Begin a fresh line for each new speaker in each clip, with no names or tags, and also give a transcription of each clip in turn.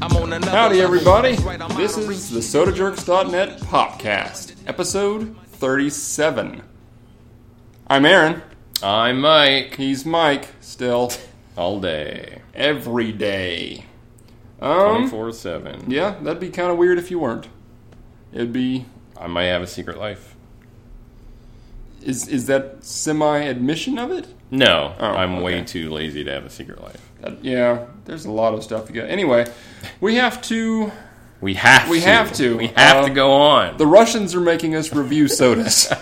Howdy, everybody. This is the SodaJerks.net Popcast, episode 37. I'm Aaron.
I'm Mike
He's Mike, still,
all day,
every day. Um,
twenty four seven.
yeah, that'd be kind of weird if you weren't. It'd be.
I might have a secret life.
Is, is that semi admission of it?
No,
Oh,
I'm way
okay.
too lazy to have a secret life.
That- yeah, there's a lot of stuff to get. Anyway, we have to.
We have.
We
to.
have to.
We have
Uh,
to go on.
The Russians are making us review sodas.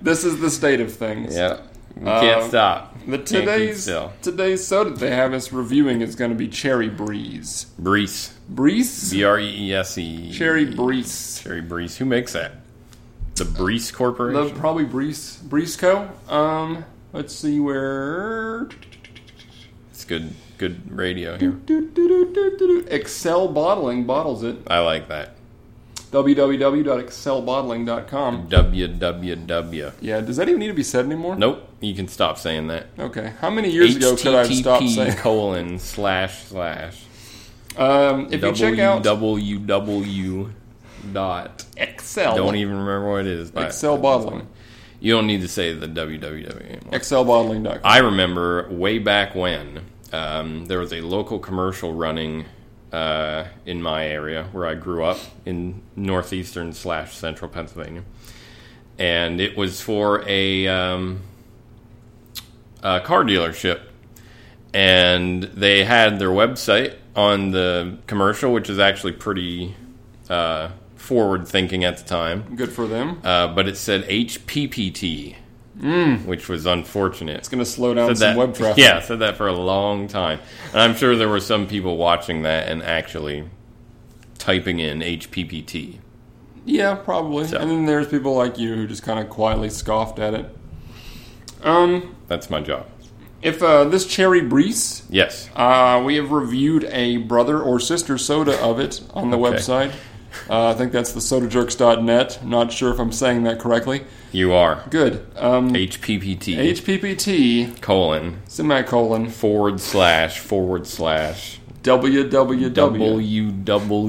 this is the state of things.
yeah, we
Uh,
can't stop.
The
Can't keep
today's
still.
today's soda they have us reviewing is going to be Cherry Breeze.
Brees.
Breeze?
B r e e s e.
Cherry Breeze.
Cherry Brees. Who makes that? The Brees Corporation.
The, probably Breeze Breeze Co. Um, let's see where.
it's good. Good radio here.
Excel Bottling bottles it.
I like that.
www.excelbottling.com.
www.
Yeah, does that even need to be said anymore?
Nope. You can stop saying that.
Okay. How many years ago could I have stopped
HTTP
saying?
colon slash slash.
Um, if you check out
www dot
Excel,
don't even remember what it is but
Excel Bottling,
you don't need to say the www anymore.
excelbottling.com.
i remember way back when um, there was a local commercial running uh, in my area where i grew up in northeastern slash central pennsylvania and it was for a, um, a car dealership and they had their website on the commercial, which is actually pretty uh, forward thinking at the time.
Good for them.
Uh, but it said HPPT, which was unfortunate.
It's going to slow down some web traffic.
Yeah, said that for a long time. And I'm sure there were some people watching that and actually typing in HPPT.
Yeah, probably. And then there's people like you who just kind of quietly scoffed at it. Um,
That's my job.
if uh, this cherry breeze,
Yes.
uh, we have reviewed a brother or sister soda of it on the
Okay.
website. Uh, I think that's the sodajerks.net. Not sure if I'm saying that correctly.
You are.
Good. Um,
HPPT
HPPT
colon
semicolon
forward slash forward slash
www.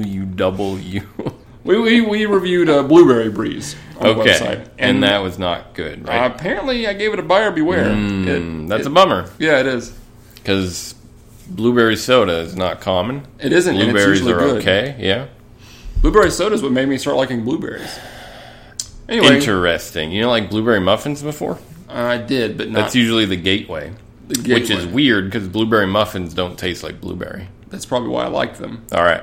www.
We, we, we reviewed uh, Blueberry Breeze on the
okay,
website.
and, that was not good,
uh,
right?
apparently I gave it a buyer beware.
Mm,
It-
that's
it-
a bummer
yeah, it is.
because blueberry soda is not common.
It isn't. and it's
Blueberries
usually
are
good.
okay. Yeah,
Blueberry soda is what made me start liking blueberries. Anyway,
interesting. You know, like blueberry muffins before.
I did, but not
That's usually the gateway,
the gateway.
which is weird because blueberry muffins don't taste like blueberry.
That's probably why I liked them.
All right,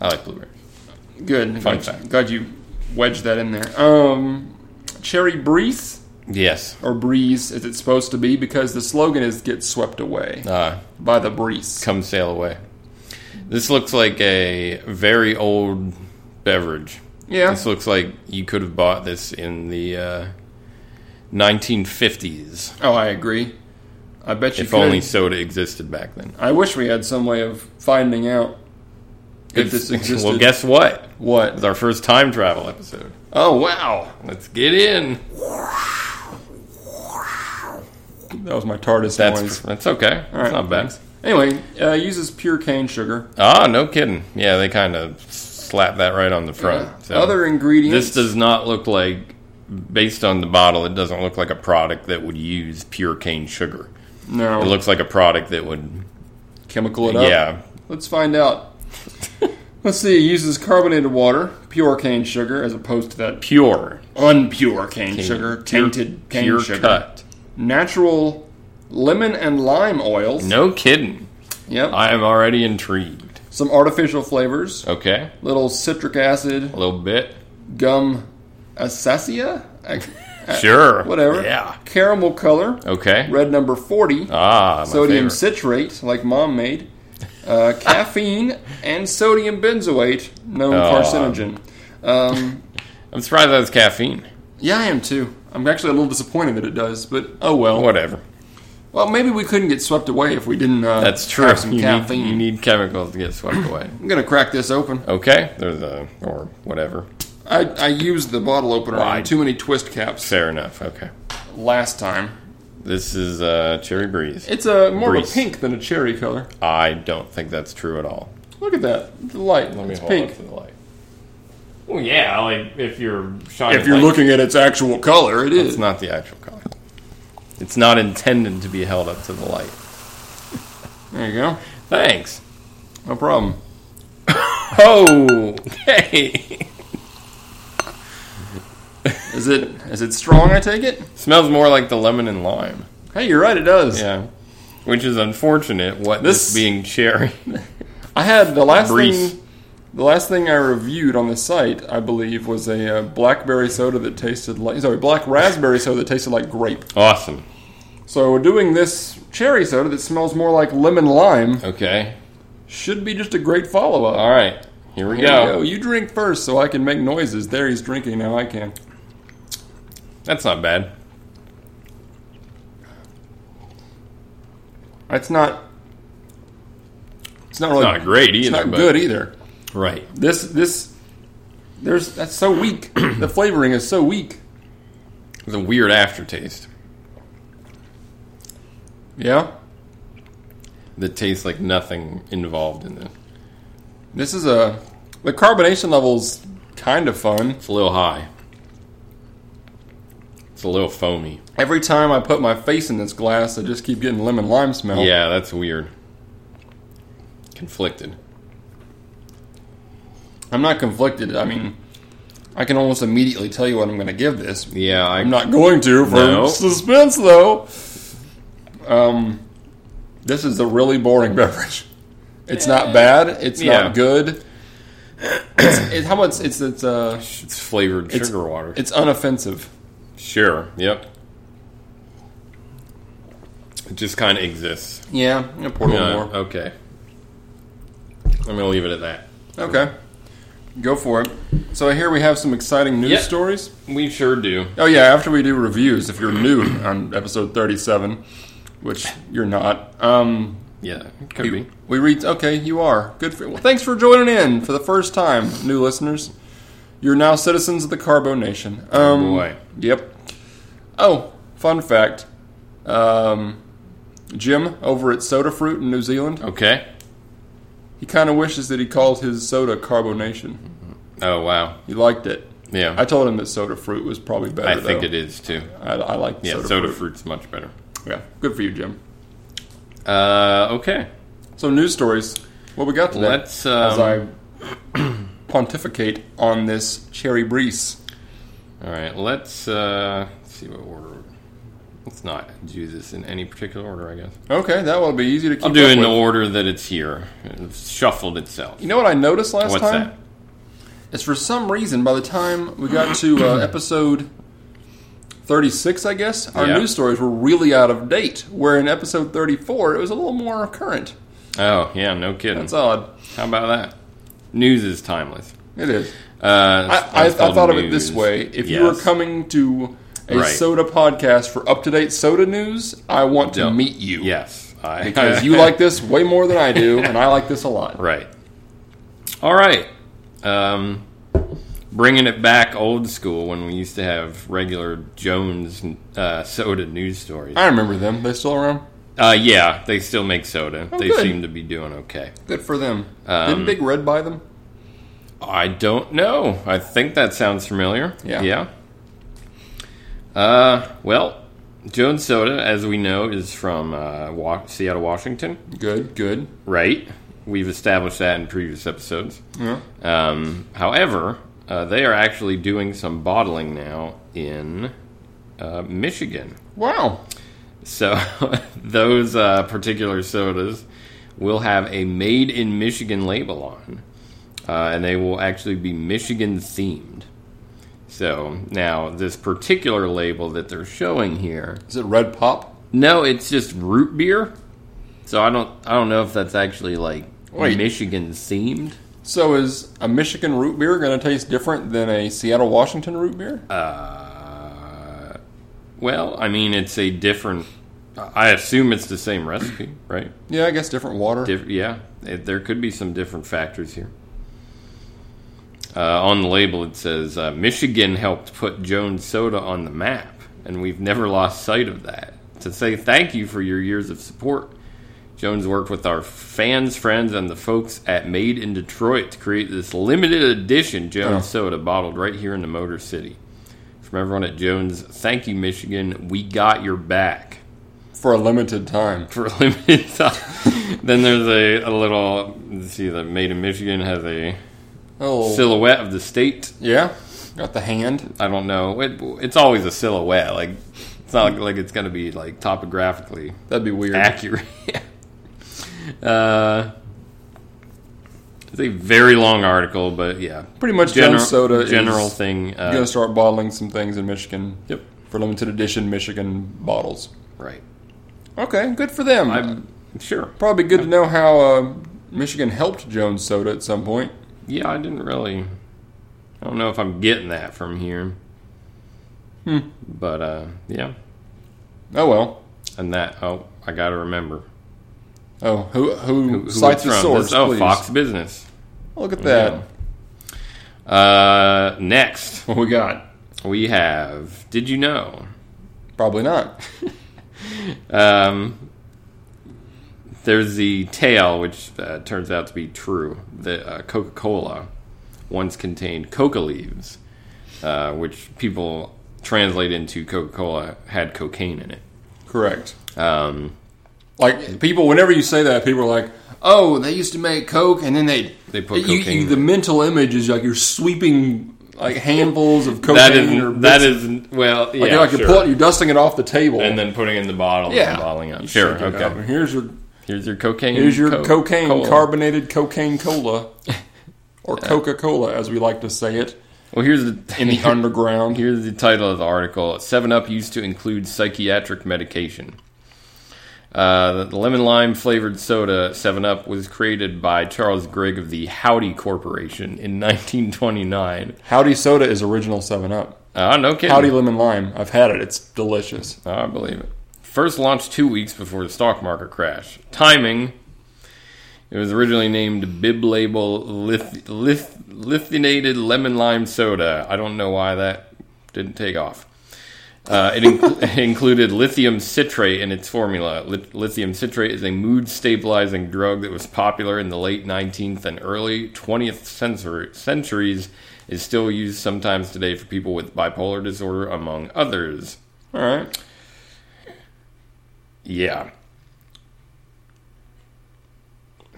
I like blueberry.
Good.
Fun
glad,
fact.
glad you wedged that in there. Um, cherry breeze
Yes.
or breeze as it's supposed to be because the slogan is "Get swept away
Uh,
by the breeze."
come sail away. This looks like a very old beverage.
Yeah,
This looks like you could have bought this in the uh, 1950s,
Oh, I agree. I bet you.
if
could.
only soda existed back then.
I wish we had some way of finding out if this
It's-
existed.
Well, guess what? It's
what?
our first time travel episode.
Oh wow,
Let's get in.
that was my TARDIS noise.
That's that's okay. That's
right,
not bad.
thanks. Anyway, uh, uses pure cane sugar.
Ah, no kidding. Yeah, they kind of slapped that right on the front. So
Other ingredients.
this does not look like, based on the bottle, it doesn't look like a product that would use pure cane sugar.
no.
It looks like a product that would,
chemical it up.
yeah,
Let's find out. Let's see. It uses carbonated water, pure cane sugar, as opposed to that
pure,
unpure cane, sugar,
pure-
tainted cane
pure
sugar.
cut.
Natural lemon and lime oils.
No kidding.
Yep.
I Oh. am already intrigued.
Some artificial flavors.
Okay,
Little citric acid,
a little bit.
gum assassia? Ac-
Sure.
Uh, Whatever.
Yeah.
Caramel color.
Okay.
Red number 40.
Ah, my
sodium
favorite.
citrate, like mom made, uh, caffeine, and sodium benzoate, known
Oh.
carcinogen. Um,
I'm surprised that's caffeine.
yeah, I am too. I'm actually a little disappointed that it does, but oh well.
Whatever.
Well, maybe we couldn't get swept away if we didn't uh,
That's true.
have some
you,
caffeine.
Need, you need chemicals to get swept away.
I'm going to crack this open.
Okay. There's a or whatever.
I, I used the bottle opener
Why?
on too many twist caps
Fair enough. Okay.
last time.
This is uh, cherry breeze.
It's a more of
Breeze.
a pink than a cherry color.
I don't think that's true at all.
Look at that. The light.
Let me
it's
hold
pink.
up to the light. Well, yeah, like if you're shining,
If you're
light-
looking at its actual color, it
it's
is.
not the actual color. It's not intended to be held up to the light.
There you go.
Thanks.
No problem.
Oh, okay.
Is it is it strong? I take it.
Smells more like the lemon and lime.
Hey, you're right. It does.
Yeah, which is unfortunate. What this,
This-
being cherry?
I had the last
Breeze.
thing. The last thing I reviewed on the site, I believe, was a uh, blackberry soda that tasted like sorry, black raspberry soda that tasted like grape.
awesome.
So we're doing this cherry soda that smells more like lemon lime
Okay.
should be just a great follow up.
All right. Here we
Here
go.
we go. You drink first, so I can make noises. There, he's drinking. Now I can.
That's not bad.
It's not. It's not really.
Not e- great either.
it's not
but,
good either.
Right.
This this. There's that's so weak. the flavoring is so weak.
It's a weird aftertaste
Yeah.
that tastes like nothing involved in it.
This is a the carbonation level's kind of fun.
It's a little high. It's a little foamy.
Every time I put my face in this glass, I just keep getting lemon lime smell.
Yeah, that's weird. Conflicted.
I'm not conflicted. I mean, I can almost immediately tell you what I'm going to give this.
Yeah, I,
I'm not going to for
No.
suspense though. Um, this is a really boring beverage. It's not bad. It's
Yeah.
not good. It's, it, how much? It's it's uh,
It's flavored
It's-
sugar water.
it's unoffensive.
Sure. Yep. It just kind of exists.
Yeah, I'm gonna pour a
Yeah,
little more.
okay. I'm gonna leave it at that.
Okay, go for it. So here we have some exciting news
Yeah.
stories.
We sure do.
Oh yeah, after we do reviews, if you're new on episode 37, which you're not, um,
Yeah, could
We-
be.
We read. Okay, you are good. For, well, thanks for joining in for the first time, new listeners. You're now citizens of the Carbo Nation. Um,
Oh, boy.
Yep. Oh, fun fact. Um, Jim over at Soda Fruit in New Zealand,
Okay.
he kind of wishes that he called his soda Carbonation.
Oh wow.
He liked it.
Yeah.
I told him that Soda Fruit was probably better.
I think
though.
it is too.
I, I like
Yeah, soda,
soda, fruit.
fruit's much better.
Yeah, good for you, Jim.
Uh, okay.
So news stories. What we got today?
Let's.
as
Um,
I pontificate on this cherry breeze.
all right. Let's uh, let's see what order. Let's not do this in any particular order. I guess
Okay, that will be easy to keep.
I'll do
up
it in
with.
the order that it's here. It's shuffled itself.
You know what I noticed last
What's
time?
that?
It's for some reason by the time we got to uh, episode thirty-six, I guess our
Yeah.
news stories were really out of date. Where in episode thirty-four, it was a little more current.
Oh yeah, no kidding.
That's odd.
How about that? News is timeless.
It is.
Uh,
I,
it's
I, I
called
thought of it this
news.
way: if you
Yes.
were coming to a
Right.
soda podcast for up-to-date soda news, I want to
Yeah.
meet you.
yes, I,
because you like this way more than I do, and I like this a lot.
Right. All right. Um, bringing it back old school when we used to have regular Jones uh, soda news stories.
I remember them. They still around.
Uh, yeah, they still make soda. they
Oh, good.
seem to be doing okay.
Good for them.
Um,
Didn't Big Red buy them?
I don't know. I think that sounds familiar.
Yeah.
Yeah. Uh, well, Jones Soda, as we know, is from uh, Wa- Seattle, Washington.
Good, good.
Right. We've established that in previous episodes.
Yeah.
Um, however, uh, they are actually doing some bottling now in uh, Michigan.
Wow.
So those uh, particular sodas will have a made in Michigan label on, uh, and they will actually be Michigan themed. So now, this particular label that they're showing here
Is it Red Pop?
no, it's just root beer. So I don't I don't know if that's actually like
Wait.
Michigan themed.
So is a Michigan root beer going to taste different than a Seattle Washington root beer?
Uh, well, I mean it's a different. I assume it's the same recipe, right?
yeah, I guess different water.
Diff- yeah, it, there could be some different factors here. Uh, on the label, it says uh, Michigan helped put Jones Soda on the map, and we've never lost sight of that. To say thank you for your years of support, Jones worked with our fans, friends, and the folks at Made in Detroit to create this limited edition Jones soda bottled right here in the Motor City. From everyone at Jones, thank you, Michigan. We got your back
for a limited time.
for a limited time. then there's a, a little, let's see, the Made in Michigan has a
Oh,
silhouette of the state.
yeah, got the hand.
I don't know. It, it's always a silhouette. Like, it's not like, like it's going to be like topographically
That'd be weird.
accurate. uh, it's a very long article, but yeah,
Pretty much
general
Jones Soda
general
is
thing. Uh,
gonna start bottling some things in Michigan.
Yep.
For limited edition Michigan bottles.
Right.
Okay, good for them.
I'm sure.
Probably good to know how uh, Michigan helped Jones Soda at some point.
Yeah, I didn't really. I don't know if I'm getting that from here.
Hmm.
But uh, yeah,
Oh well.
and that. Oh, I got to remember.
Oh, who who,
Who- who
cites
it's
the
from.
source?
This- oh,
please.
Fox Business.
Look at that.
Yeah. Uh, next
What we got?
we have. Did you know?
Probably not.
Um, there's the tale, which uh, turns out to be true, that uh, Coca Cola once contained coca leaves, uh, which people translate into Coca Cola had cocaine in it.
Correct.
Um,
Like people, whenever you say that, people are like, "Oh, they used to make coke, and then they
They put
You- you-
cocaine
the
in
mental image is like you're sweeping like handfuls of cocaine.
that
or
is that is well,
like,
yeah,
you're, like
sure.
you're, pulling, you're dusting it off the table,
and then putting it in the bottle
yeah,
and bottling up.
You
Sure,
shake it up, and
okay.
Here's your
Here's your cocaine.
here's your
Coke-
cocaine
Cola.
carbonated cocaine cola, or Coca Cola as we like to say it
Well, here's the
in the underground.
Here's the title of the article 7 Up used to include psychiatric medication. Uh, the lemon lime flavored soda 7 Up was created by Charles Grigg of the Howdy Corporation in 1929.
Howdy Soda is original Seven Up.
Ah, no kidding.
Howdy Lemon Lime. I've had it. It's delicious.
I believe it. First launched two weeks before the stock market crash. Timing. It was originally named Bib Label Lith- Lith- Lithinated Lemon Lime Soda. I don't know why that didn't take off. Uh, it inc- included lithium citrate in its formula. Lit- lithium citrate is a mood stabilizing drug that was popular in the late 19th and early 20th century- centuries. Is still used sometimes today for people with bipolar disorder, among others.
All right.
Yeah.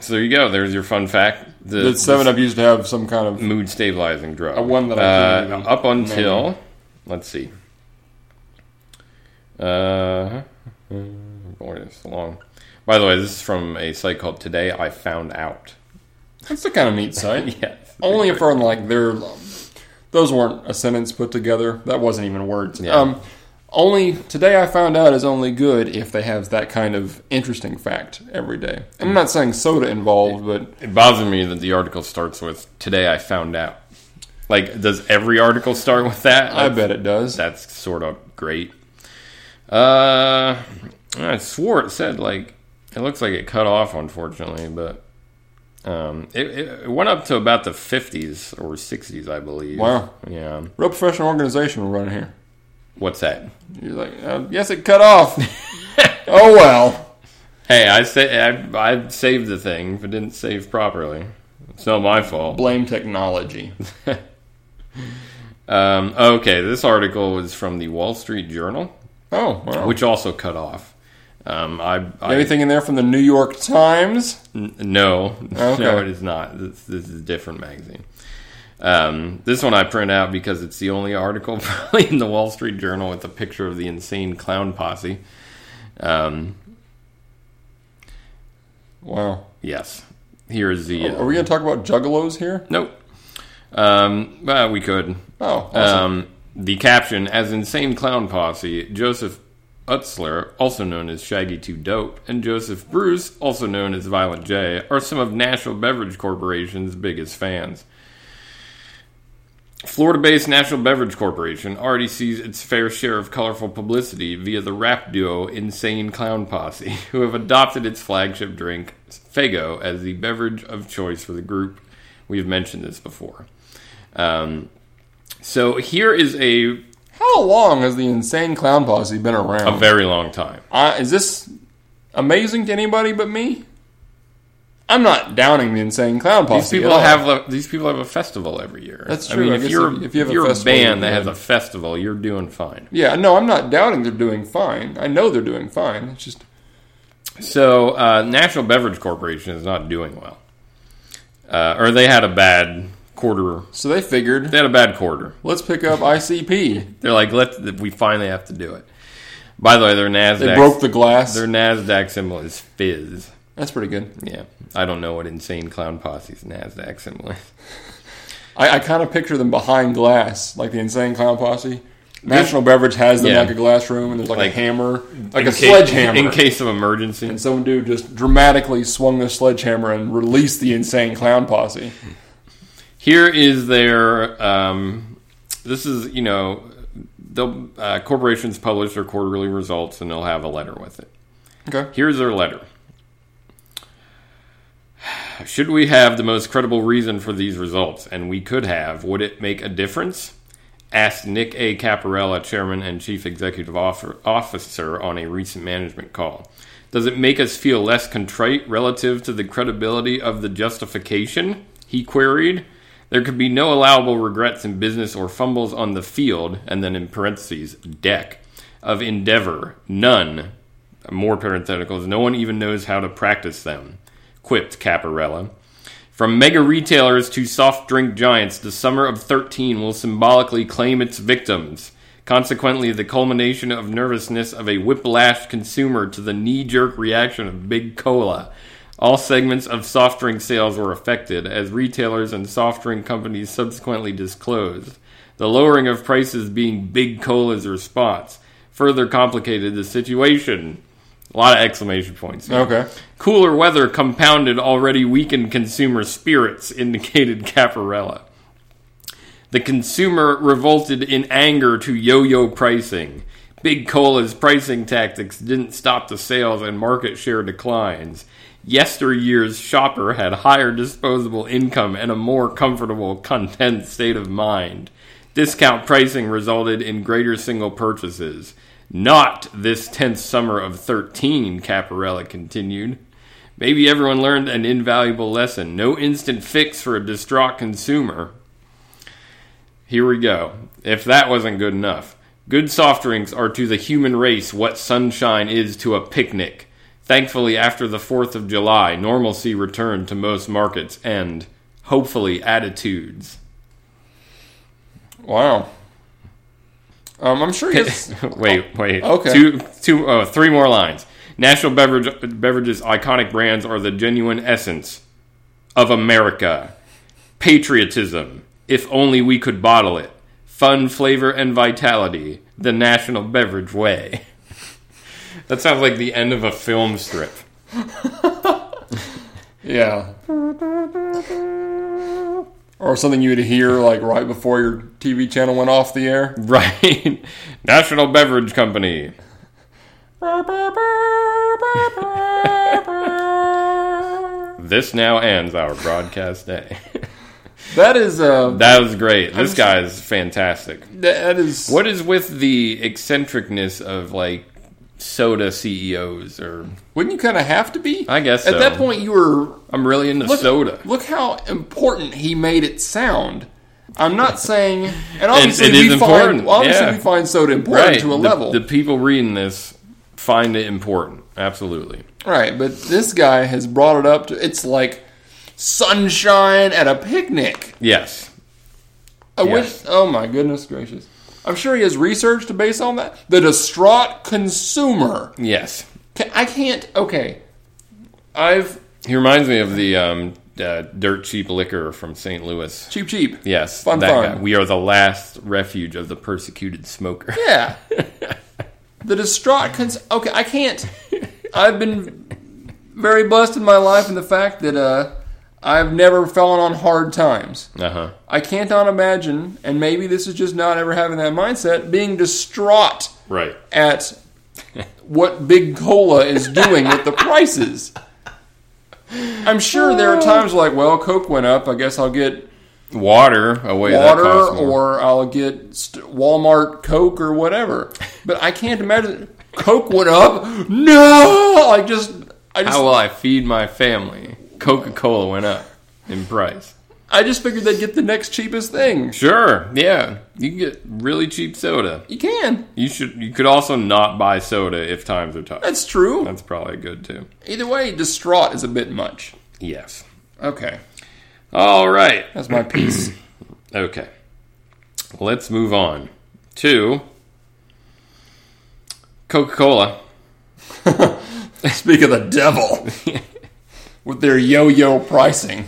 So there you go. There's your fun fact. The,
That Seven Up used to have some kind of
the mood stabilizing drug.
A one that I didn't
uh,
even
up until let's see. Uh, boy, it's long. By the way, this is from a site called Today I Found Out.
That's a kind of neat site.
Yes.
Only if we're on like their, those weren't a sentence put together. That wasn't even words.
Yeah.
Um, only today I found out is only good if they have that kind of interesting fact every day. I'm not saying soda involved, but
It bothers me that the article starts with "Today I found out." Like, does every article start with that?
I bet it does.
that's sort of great. Uh, I swore it said like it looks like it cut off, unfortunately, but um, it, it it went up to about the fifties or sixties, I believe.
Wow.
Yeah.
Real professional organization we're running here.
What's that?
You're like, uh, yes, it cut off. oh well.
Hey, I say I, I saved the thing, but didn't save properly. It's not my fault.
Blame technology.
Um, okay, this article was from the Wall Street Journal,
Oh, well.
which also cut off. Um, I, I
Anything in there from the New York Times?
N- No,
Oh, Okay.
no, it is not. This, this is a different magazine. Um, this one I print out because it's the only article probably in the Wall Street Journal with a picture of the insane clown posse. Um,
Wow.
yes, here is the.
Oh,
uh,
Are we going to talk about juggalos here?
nope. Um, well, we could.
Oh, awesome.
Um, the caption: As insane clown posse, Joseph Utzler, also known as Shaggy Two Dope, and Joseph Bruce, also known as Violent J, are some of National Beverage Corporation's biggest fans. Florida-based National Beverage Corporation already sees its fair share of colorful publicity via the rap duo Insane Clown Posse, who have adopted its flagship drink Fago as the beverage of choice for the group. We've mentioned this before. Um, so here is a
How long has the Insane Clown Posse been around?
a very long time.
I, is this amazing to anybody but me. I'm not downing the Insane Clown Posse.
These people
at all.
have a- these people have a festival every year.
That's
I
true.
mean,
I
if
guess
you're
if-
if,
if you have a
you're a,
festival,
band
you're
that has
good.
a festival, you're doing fine.
Yeah, no, I'm not doubting they're doing fine. I know they're doing fine. It's just
So uh, National Beverage Corporation is not doing well, uh, or they had a bad quarter.
so they figured
They had a bad quarter.
let's pick up ICP.
They're like, let we finally have to do it. By the way, their Nasdaq
They broke the glass.
their Nasdaq symbol is Fizz.
That's pretty good.
Yeah, I don't know what Insane Clown Posse's Nasdaq symbol is.
I, I kind of picture them behind glass, like the Insane Clown Posse. National Beverage has them
Yeah.
like a glass room, and there's like,
Like-
a hammer, like
In
a
case-
sledgehammer.
in case of emergency.
and some dude just dramatically swung the sledgehammer and released the Insane Clown Posse.
Here is their. Um, this is you know, they'll uh, corporations publish their quarterly results and they'll have a letter with it.
Okay.
Here's their letter. Should we have the most credible reason for these results, and we could have, would it make a difference? Asked Nick A. Caparella, Chairman and Chief Executive Offer- Officer, on a recent management call. Does it make us feel less contrite relative to the credibility of the justification? He queried. There could be no allowable regrets in business or fumbles on the field, and then in parentheses, deck, of endeavor. None. More parentheticals. No one even knows how to practice them, quipped Caparella. From mega retailers to soft drink giants, the summer of 13 will symbolically claim its victims. Consequently, the culmination of nervousness of a whiplash consumer to the knee jerk reaction of Big Cola. All segments of soft drink sales were affected, as retailers and soft drink companies subsequently disclosed. The lowering of prices being Big Cola's response further complicated the situation. A lot of exclamation points. here.
Okay.
Cooler weather compounded already weakened consumer spirits, indicated Caparella. The consumer revolted in anger to yo yo pricing. Big Cola's pricing tactics didn't stop the sales and market share declines. Yesteryear's shopper had higher disposable income and a more comfortable, content state of mind. Discount pricing resulted in greater single purchases. Not this tense summer of 13, Caparella continued. Maybe everyone learned an invaluable lesson. No instant fix for a distraught consumer. Here we go. If that wasn't good enough, good soft drinks are to the human race what sunshine is to a picnic. Thankfully, after the 4th of July, normalcy returned to most markets and, hopefully, attitudes.
Wow. Um, I'm sure he's.
wait, wait.
Okay.
Two, two, oh, three more lines. National beverage, beverages iconic brands are the genuine essence of America. Patriotism. If only we could bottle it. Fun, flavor, and vitality. The national beverage way. that sounds like the end of a film strip.
yeah. Or something you would hear like right before your TV channel went off the air.
Right. National Beverage Company. This now ends our broadcast day.
That is uh,
that was great. This guy is fantastic.
that is
What is with the eccentricness of like soda CEOs or
Wouldn't you kind of have to be?
I guess
at
so.
that point you were
I'm really into
look,
soda.
Look how important he made it sound. I'm not saying, and obviously
it
we
is
find
important,
obviously
yeah.
we find soda important to a
the,
level,
The people reading this find it important. Absolutely.
right? But this guy has brought it up to it's like sunshine at a picnic.
Yes.
I
Yes.
wish, oh my goodness gracious! I'm sure he has research to base on that. The distraught consumer.
Yes.
Ca- I can't. Okay, I've
He reminds me of the um, uh, dirt cheap liquor from St. Louis.
cheap cheap.
Yes,
Fun,
that
fun.
guy. We are the last refuge of the persecuted smoker.
Yeah. the distraught cons- okay, I can't. I've been very blessed in my life in the fact that uh, I've never fallen on hard times.
Uh huh.
I can't not imagine, and maybe this is just not ever having that mindset, being distraught
Right.
at what Big Cola is doing with the prices. I'm sure there are times like, well, Coke went up. I guess I'll get
Water away. that
water
costs more.
or I'll get st- Walmart Coke or whatever. But I can't imagine Coke went up. No, like just I just
How uh, will I feed my family? Coca Cola went up in price.
I just figured they'd get the next cheapest thing.
Sure, yeah, you can get really cheap soda.
You can.
You should. You could also not buy soda if times are tough.
That's true.
That's probably good too.
Either way, distraught is a bit much.
Yes.
Okay,
All right.
that's my piece.
Okay. Let's move on to Coca Cola.
Speak of the devil with their yo-yo pricing.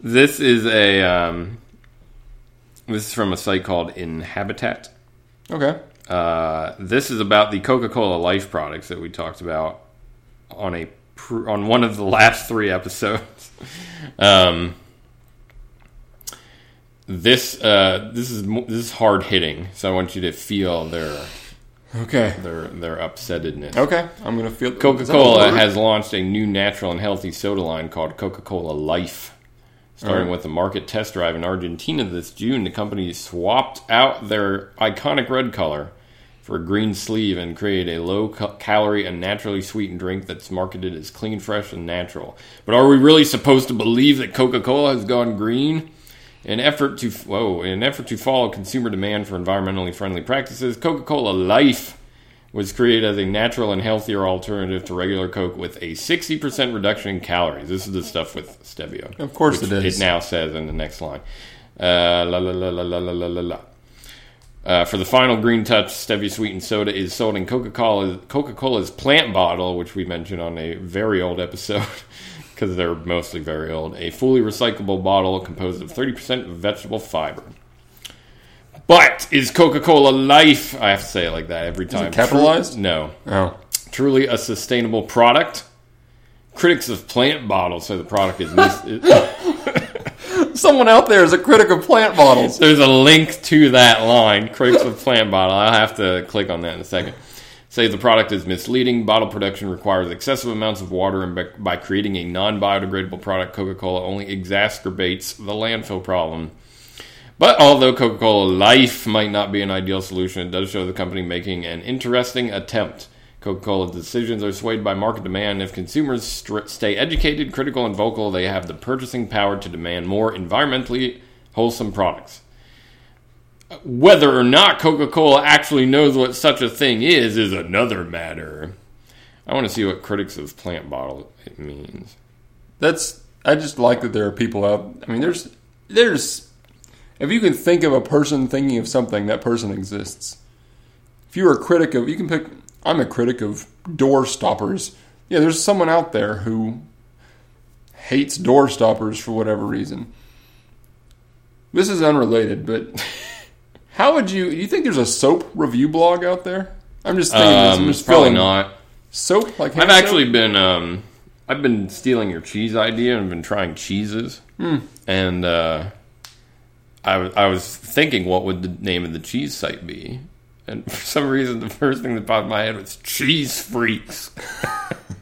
This is a um, this is from a site called Inhabitat.
Okay.
Uh, this is about the Coca Cola Life products that we talked about on a pr- on one of the last three episodes. um, this uh, this is mo- this is hard hitting, so I want you to feel their
Okay.
their their upsetness.
Okay. I'm gonna feel
Coca Cola has launched a new natural and healthy soda line called Coca Cola Life. Starting with a market test drive in Argentina this June, the company swapped out their iconic red color for a green sleeve and created a low cal- calorie and naturally sweetened drink that's marketed as clean, fresh, and natural. But are we really supposed to believe that Coca Cola has gone green? In effort to whoa, in an effort to follow consumer demand for environmentally friendly practices, Coca-Cola Life was created as a natural and healthier alternative to regular Coke with a 60% reduction in calories. This is the stuff with stevia.
Of course
which
it is.
It now says in the next line. Uh, la la la la la la la la la. Uh, for the final green touch, stevia sweetened soda is sold in Coca-Cola Coca-Cola's plant bottle, which we mentioned on a very old episode because they're mostly very old. A fully recyclable bottle composed of 30% vegetable fiber. But is Coca-Cola Life? I have to say it like that every time.
capitalized?
Tru- no.
Oh.
Truly a sustainable product. Critics of plant bottles say the product is. Mis-
Someone out there is a critic of plant bottles.
There's a link to that line, Critics of Plant Bottle. I'll have to click on that in a second. Say the product is misleading. Bottle production requires excessive amounts of water, and by- by creating a non biodegradable product, Coca Cola only exacerbates the landfill problem. But although Coca Cola Life might not be an ideal solution, it does show the company making an interesting attempt. Coca Cola decisions are swayed by market demand. If consumers str stay educated, critical, and vocal, they have the purchasing power to demand more environmentally wholesome products. Whether or not Coca Cola actually knows what such a thing is, is another matter. I want to see what critics of plant bottle it means.
That's I just like that there are people out. I mean, there's there's if you can think of a person thinking of something, that person exists. If you're a critic of, you can pick. I'm a critic of door stoppers. Yeah, there's someone out there who hates door stoppers for whatever reason. This is unrelated, but how would you? You think there's a soap review blog out there? I'm just thinking. this, I'm
Um,
just
probably
feeling
not.
soap. Like
I've
hand soap?
actually been um, I've been stealing your cheese idea and been trying cheeses.
Hmm.
And uh, I w- I was thinking, what would the name of the cheese site be? And for some reason, the first thing that popped in my head was cheese freaks.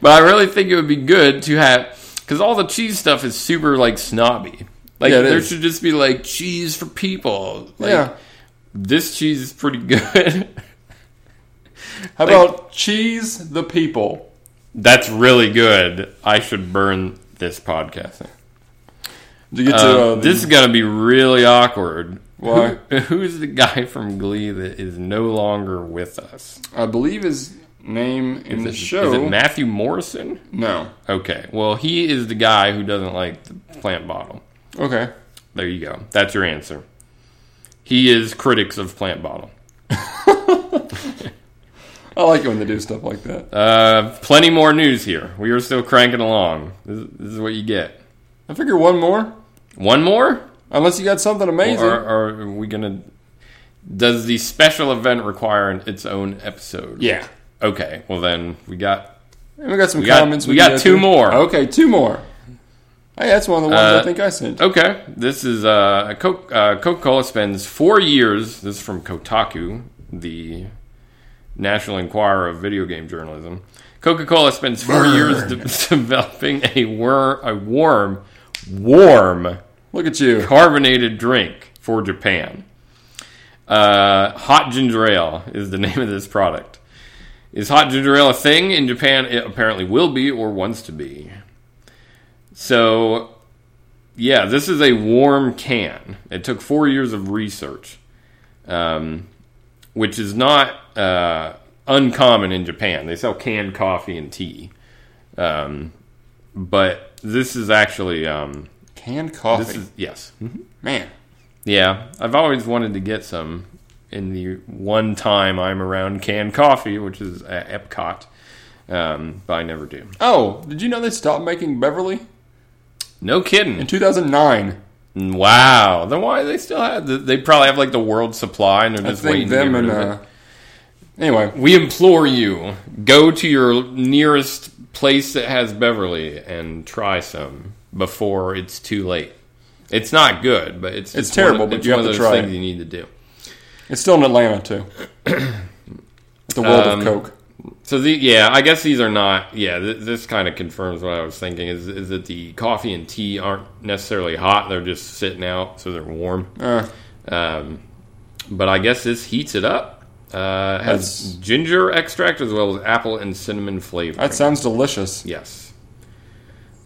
but I really think it would be good to have because all the cheese stuff is super like snobby. Like
Yeah, it
there
is.
should just be like cheese for people. Like,
yeah.
this cheese is pretty good.
How about cheese the people?
That's really good. I should burn this podcast.
To get
Um,
to uh, the-
this is going to be really awkward.
Why?
Who- who's the guy from Glee that is no longer with us?
I believe his name in the
Is it-
show.
Is it Matthew Morrison?
no.
Okay. Well, he is the guy who doesn't like the plant bottle.
Okay.
There you go. That's your answer. He is critics of plant bottle.
I like it when they do stuff like that.
Uh, plenty more news here. We are still cranking along. This, this is what you get.
I figure one more,
One more?
unless you got something amazing.
Or, or are we gonna? Does the special event require an, its own episode?
yeah.
Okay. Well, then we got.
And we got some
We got-
comments.
we
can
got
get
two
to.
more.
Okay, two more. Hey, that's one of the ones
Uh,
I think I sent.
Okay. This is uh, a Coke, uh, Coca-Cola spends four years. This is from Kotaku, the National Enquirer of Video Game Journalism. Coca-Cola spends four years de- developing a worm, a worm, warm
Look at you.
carbonated drink for Japan. Uh, hot ginger ale is the name of this product. Is hot ginger ale a thing in Japan? It apparently will be or wants to be. So, yeah, this is a warm can. It took four years of research, um, which is not uh, uncommon in Japan. They sell canned coffee and tea. Um, but this is actually. Um,
Canned coffee.
this is, yes.
Man,
Yeah, I've always wanted to get some. In the one time I'm around canned coffee, which is at Epcot, um, but I never do.
Oh, did you know they stopped making Beverly
No kidding.
in 2009?
Wow. Then why they still have? The, they probably have like the world supply, and they're
I
just waiting
think
to
them
get rid
and
of it.
uh, anyway,
We implore you, go to your nearest place that has Beverly and try some before it's too late. It's not good, but it's
It's
just one of-
terrible, but
it's
you
one
have
of
to
those
try
things
it.
you need to do.
it's still in Atlanta too. At the World
Um,
of Coke.
So the yeah, I guess these are not. Yeah, th- this kind of confirms what I was thinking is is that the coffee and tea aren't necessarily hot; they're just sitting out, so they're warm.
Uh,
Um, but I guess this heats it up. Uh, it has
That's-
ginger extract as well as apple and cinnamon flavor.
that sounds delicious.
yes.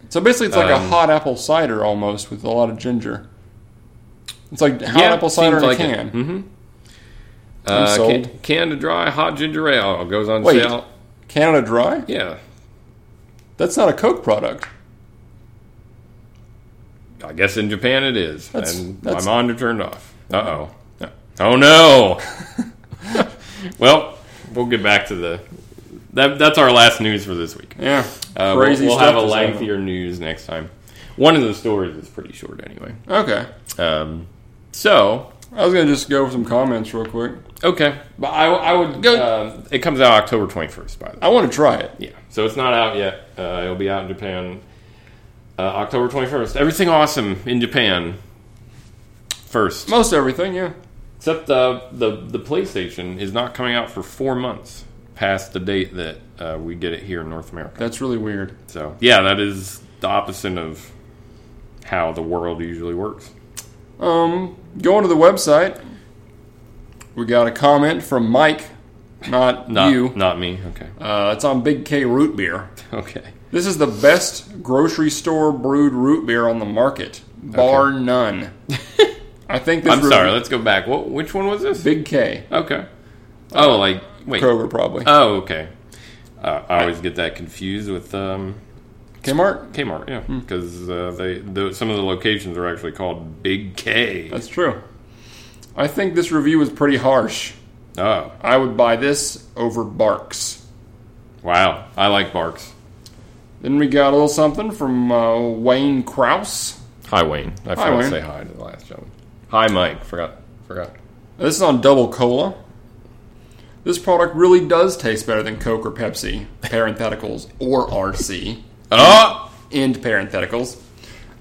So basically, it's like
Um,
a hot apple cider almost with a lot of ginger. It's like hot
Yeah,
apple cider in
seems like
a
it.
can.
Mhm.
I'm
Uh,
sold.
can, can to dry hot ginger ale goes on
Wait.
sale.
Canada Dry?
Yeah,
That's not a Coke product.
I guess in Japan it is.
That's-
and
that's-
my monitor turned off. Uh oh. Oh no. well, we'll get back to the. That, that's our last news for this week.
Yeah,
Uh, we'll-
crazy
we'll,
stuff.
have a
is
lengthier news next time. One of the stories is pretty short anyway.
happening. Okay,
Um, so
I was gonna just go over some comments real quick.
okay, but I, I would
Go-
um, it comes out October twenty first, by the way.
I want to try it.
Yeah, so it's not out yet. Uh, it'll be out in Japan uh, October twenty first. Everything awesome in Japan first,
Most everything, yeah.
except the the the PlayStation is not coming out for four months past the date that uh, we get it here in North America.
That's really weird.
So yeah, that is the opposite of how the world usually works.
Um, going to the website, we got a comment from Mike, not,
Not
you.
not me. Okay,
Uh, it's on Big K root beer.
okay.
This is the best grocery store brewed root beer on the market, bar none. I think this.
I'm
review-
sorry. Let's go back. What, which one was this?
Big K
Okay. Oh, like wait.
Kroger probably
Oh, okay. Uh, I always get that confused with um,
Kmart.
Kmart, yeah,
Hmm.
because uh, they the, some of the locations are actually called Big K.
That's true. I think this review was pretty harsh.
Oh,
I would buy this over Barks.
wow! I like Barks.
Then we got a little something from uh, Wayne Krause.
Hi Wayne. I forgot to
Wayne.
say hi to the last gentleman. Hi Mike. Forgot. Forgot.
This is on Double Cola. This product really does taste better than Coke or Pepsi, parentheticals, or RC,
Oh,
end parentheticals.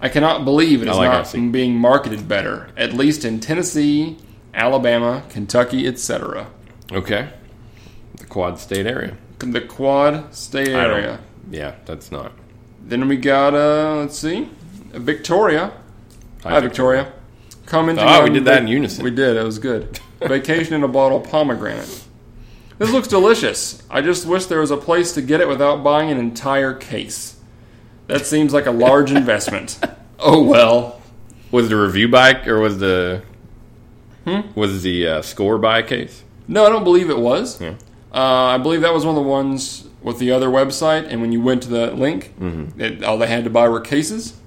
I cannot believe it is
like
not
RC.
being marketed better, at least in Tennessee, Alabama, Kentucky, etc.
okay. The Quad State area.
The Quad State
I don't-
area.
Yeah, that's not.
Then we got, uh, let's see, Victoria.
I
Hi, Victoria. Commenting
Ah,
on
we did that
vac-
in unison.
We did. It was good. Vacation in a bottle pomegranate. This looks delicious. I just wish there was a place to get it without buying an entire case. That seems like a large investment. Oh well.
Was the review by or was the was the uh, score by case?
No, I don't believe it was.
Yeah.
Uh, I believe that was one of the ones with the other website, and when you went to the link, it, all they had to buy were cases. I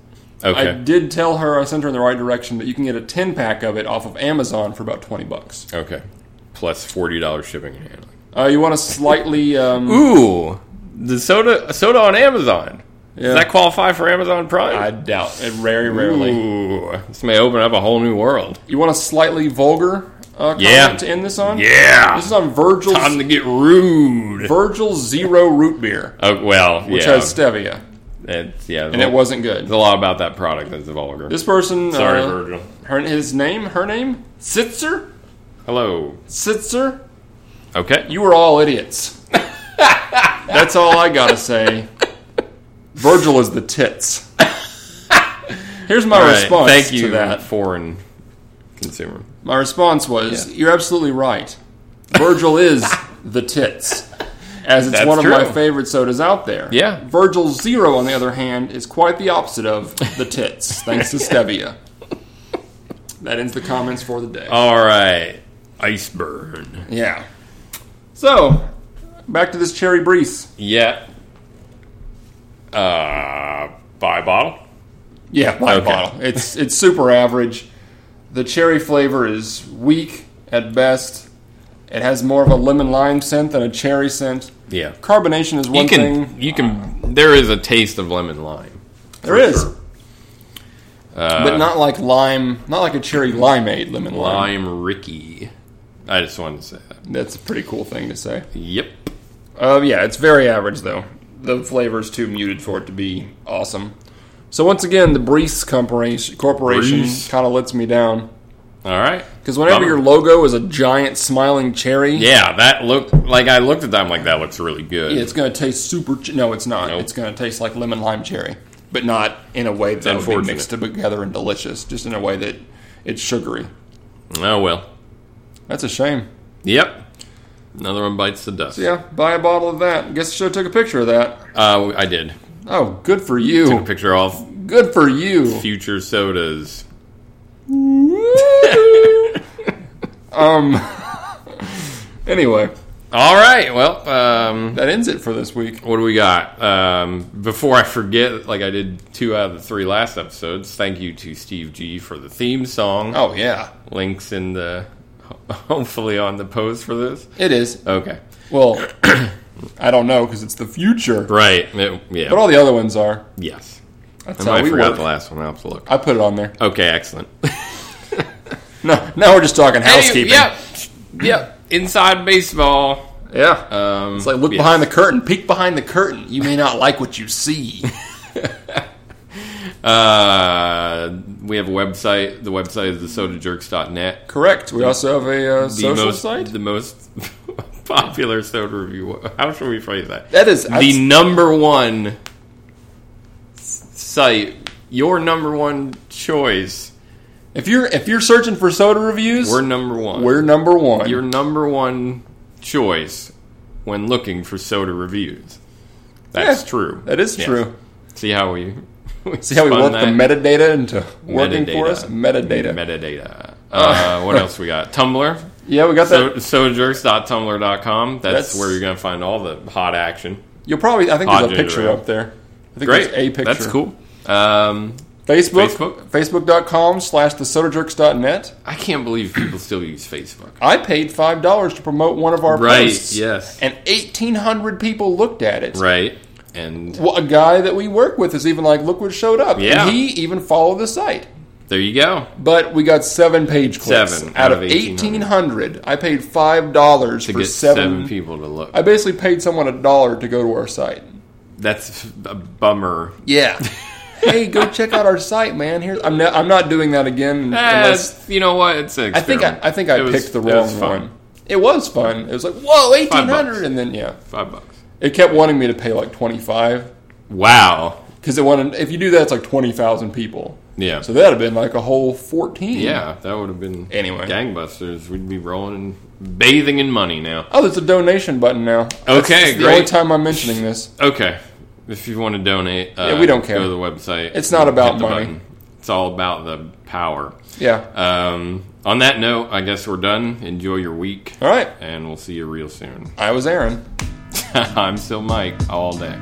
Mm-hmm. Okay.
did tell her I sent her in the right direction that you can get a ten pack of it off of Amazon for about twenty bucks.
okay. Plus forty dollars shipping and handling.
Uh, you want to slightly um,
Ooh, the soda soda on Amazon.
Yeah.
Does that qualify for Amazon
I
Prime?
doubt it. Very rarely.
Ooh, this may open up a whole new world.
You want a slightly vulgar uh, comment
Yeah.
to end this on?
Yeah,
This is on Virgil's
time to get rude.
Virgil Zero Root Beer,
Oh well,
which
yeah, Oh.
has stevia,
it's, yeah,
and it wasn't good.
There's a lot about that product that's vulgar.
This person,
Sorry,
uh,
Virgil.
her, his name, her name, Sitzer,
Hello.
Sitzer.
Okay.
You were all idiots. That's all I gotta say. Virgil is the tits. Here's my
All right,
response
Thank you,
to that.
foreign consumer.
My response was, "You're absolutely right. Virgil is the tits." as it's
That's
one of
true.
my favorite sodas out there.
Yeah.
Virgil's Zero, on the other hand, is quite the opposite of the tits, thanks to stevia. That ends the comments for the day.
All right, Iceburn.
yeah. So, back to this cherry breeze.
Yeah. Uh, buy a bottle.
Yeah, my
Okay.
bottle. It's it's super average. The cherry flavor is weak at best. It has more of a lemon lime scent than a cherry scent.
Yeah.
Carbonation is one
You can.
thing.
You can. There is a taste of lemon lime.
There is,
sure. Uh,
but not like lime, not like a cherry limeade lemon lime.
lime Ricky. I just wanted to say that.
That's a pretty cool thing to say.
Yep.
Uh, yeah, it's very average though. The flavor's too muted for it to be awesome. So once again, the Brees Corporation, corporation
Breeze.
kind of lets me down
All right.
because whenever
Bummer.
your logo is a giant smiling cherry,
Yeah, that looked like I looked at that. I'm like, that looks really good.
Yeah, it's going to taste super. Ch- no, it's not.
Nope.
It's going to taste like lemon lime cherry, but not in a way that would be
unfortunate.
mixed together and delicious. Just in a way that it's sugary.
oh well.
That's a shame.
Yep. Another one bites the dust.
Yeah, buy a bottle of that. Guess I should have took a picture of that.
Uh, I did.
Oh, good for
Took a
you.
picture of all
Good for you.
future sodas.
um. anyway,
All right. Well, um,
that ends it for this week.
what do we got? Um, before I forget, like I did two out of the three last episodes, thank you to Steve G for the theme song.
Oh yeah,
Links in the, hopefully on the post for this.
it is.
Okay.
Well, I don't know because it's the future,
Right. It- yeah.
but all the other ones are.
yes.
That's
I
how
might
we
have forgot
work.
the last one. I'll have to look.
I put it on there.
Okay, excellent.
No, now we're just talking housekeeping.
Yep. Yep. Inside baseball.
Yeah.
Um,
it's like look
yeah.
behind the curtain, peek behind the curtain. You may not like what you see.
Uh, we have a website. The website is thesodajerks.net.
Correct. We also have a uh,
The
social
most,
site.
The most popular soda review. How should we phrase that?
That is
the number one s- site. Your number one choice.
if you're if you're searching for soda reviews,
We're number one.
we're number one.
your number one choice when looking for soda reviews. That's
Yeah,
true.
That is
Yes.
true.
See how we, we
See how we
spun
work
that?
the metadata into working
Metadata.
for us. Metadata.
Metadata. Uh, what else we got? Tumblr.
yeah, we got that.
So, sodajerks.tumblr.com. That's,
That's-
where you're going to find all the hot action.
You'll probably. I think there's a
Hodge it
picture
around.
up there. I think
Great.
there's a picture.
That's cool. Um,
Facebook.
Facebook?
Facebook.com slash thesodajerks.net.
I can't believe people still use Facebook.
I paid five dollars to promote one of our
Right.
posts.
Yes.
and 1,800 people looked at it.
Right. And
Well, a guy that we work with is even like, look what showed up.
Yeah.
And he even followed the site.
there you go.
But we got seven page clicks
Seven
out,
out
of
of
1,800. I paid five dollars
To
for
get
seven.
seven people to look.
I basically paid someone a dollar to go to our site.
That's a bummer.
Yeah. hey, go check out our site, man. Here's I'm not, I'm not doing that again unless
Eh, you know what? It's an
I think I,
experiment.
I think I
It
picked
was-
the
it was
wrong
fun.
one. It was fun. It was like whoa, eighteen
bucks.
hundred, and then yeah,
Five bucks.
it kept wanting me to pay like twenty five.
Wow.
Because it wanted, if you do that, it's like 20,000 people.
Yeah.
So that'd have been like a whole 14.
yeah, that would have been
Anyway.
gangbusters. We'd be rolling and bathing in money now.
Oh, there's a donation button now.
Okay,
It's the only
great.
time I'm mentioning this.
Okay. If you want to donate, uh,
Yeah, we don't care.
Go to the website.
It's not about
Hit the
money.
button. It's all about the power.
Yeah.
Um, on that note, I guess we're done. Enjoy your week,
All right.
and we'll see you real soon.
I was Aaron.
I'm still Mike all day.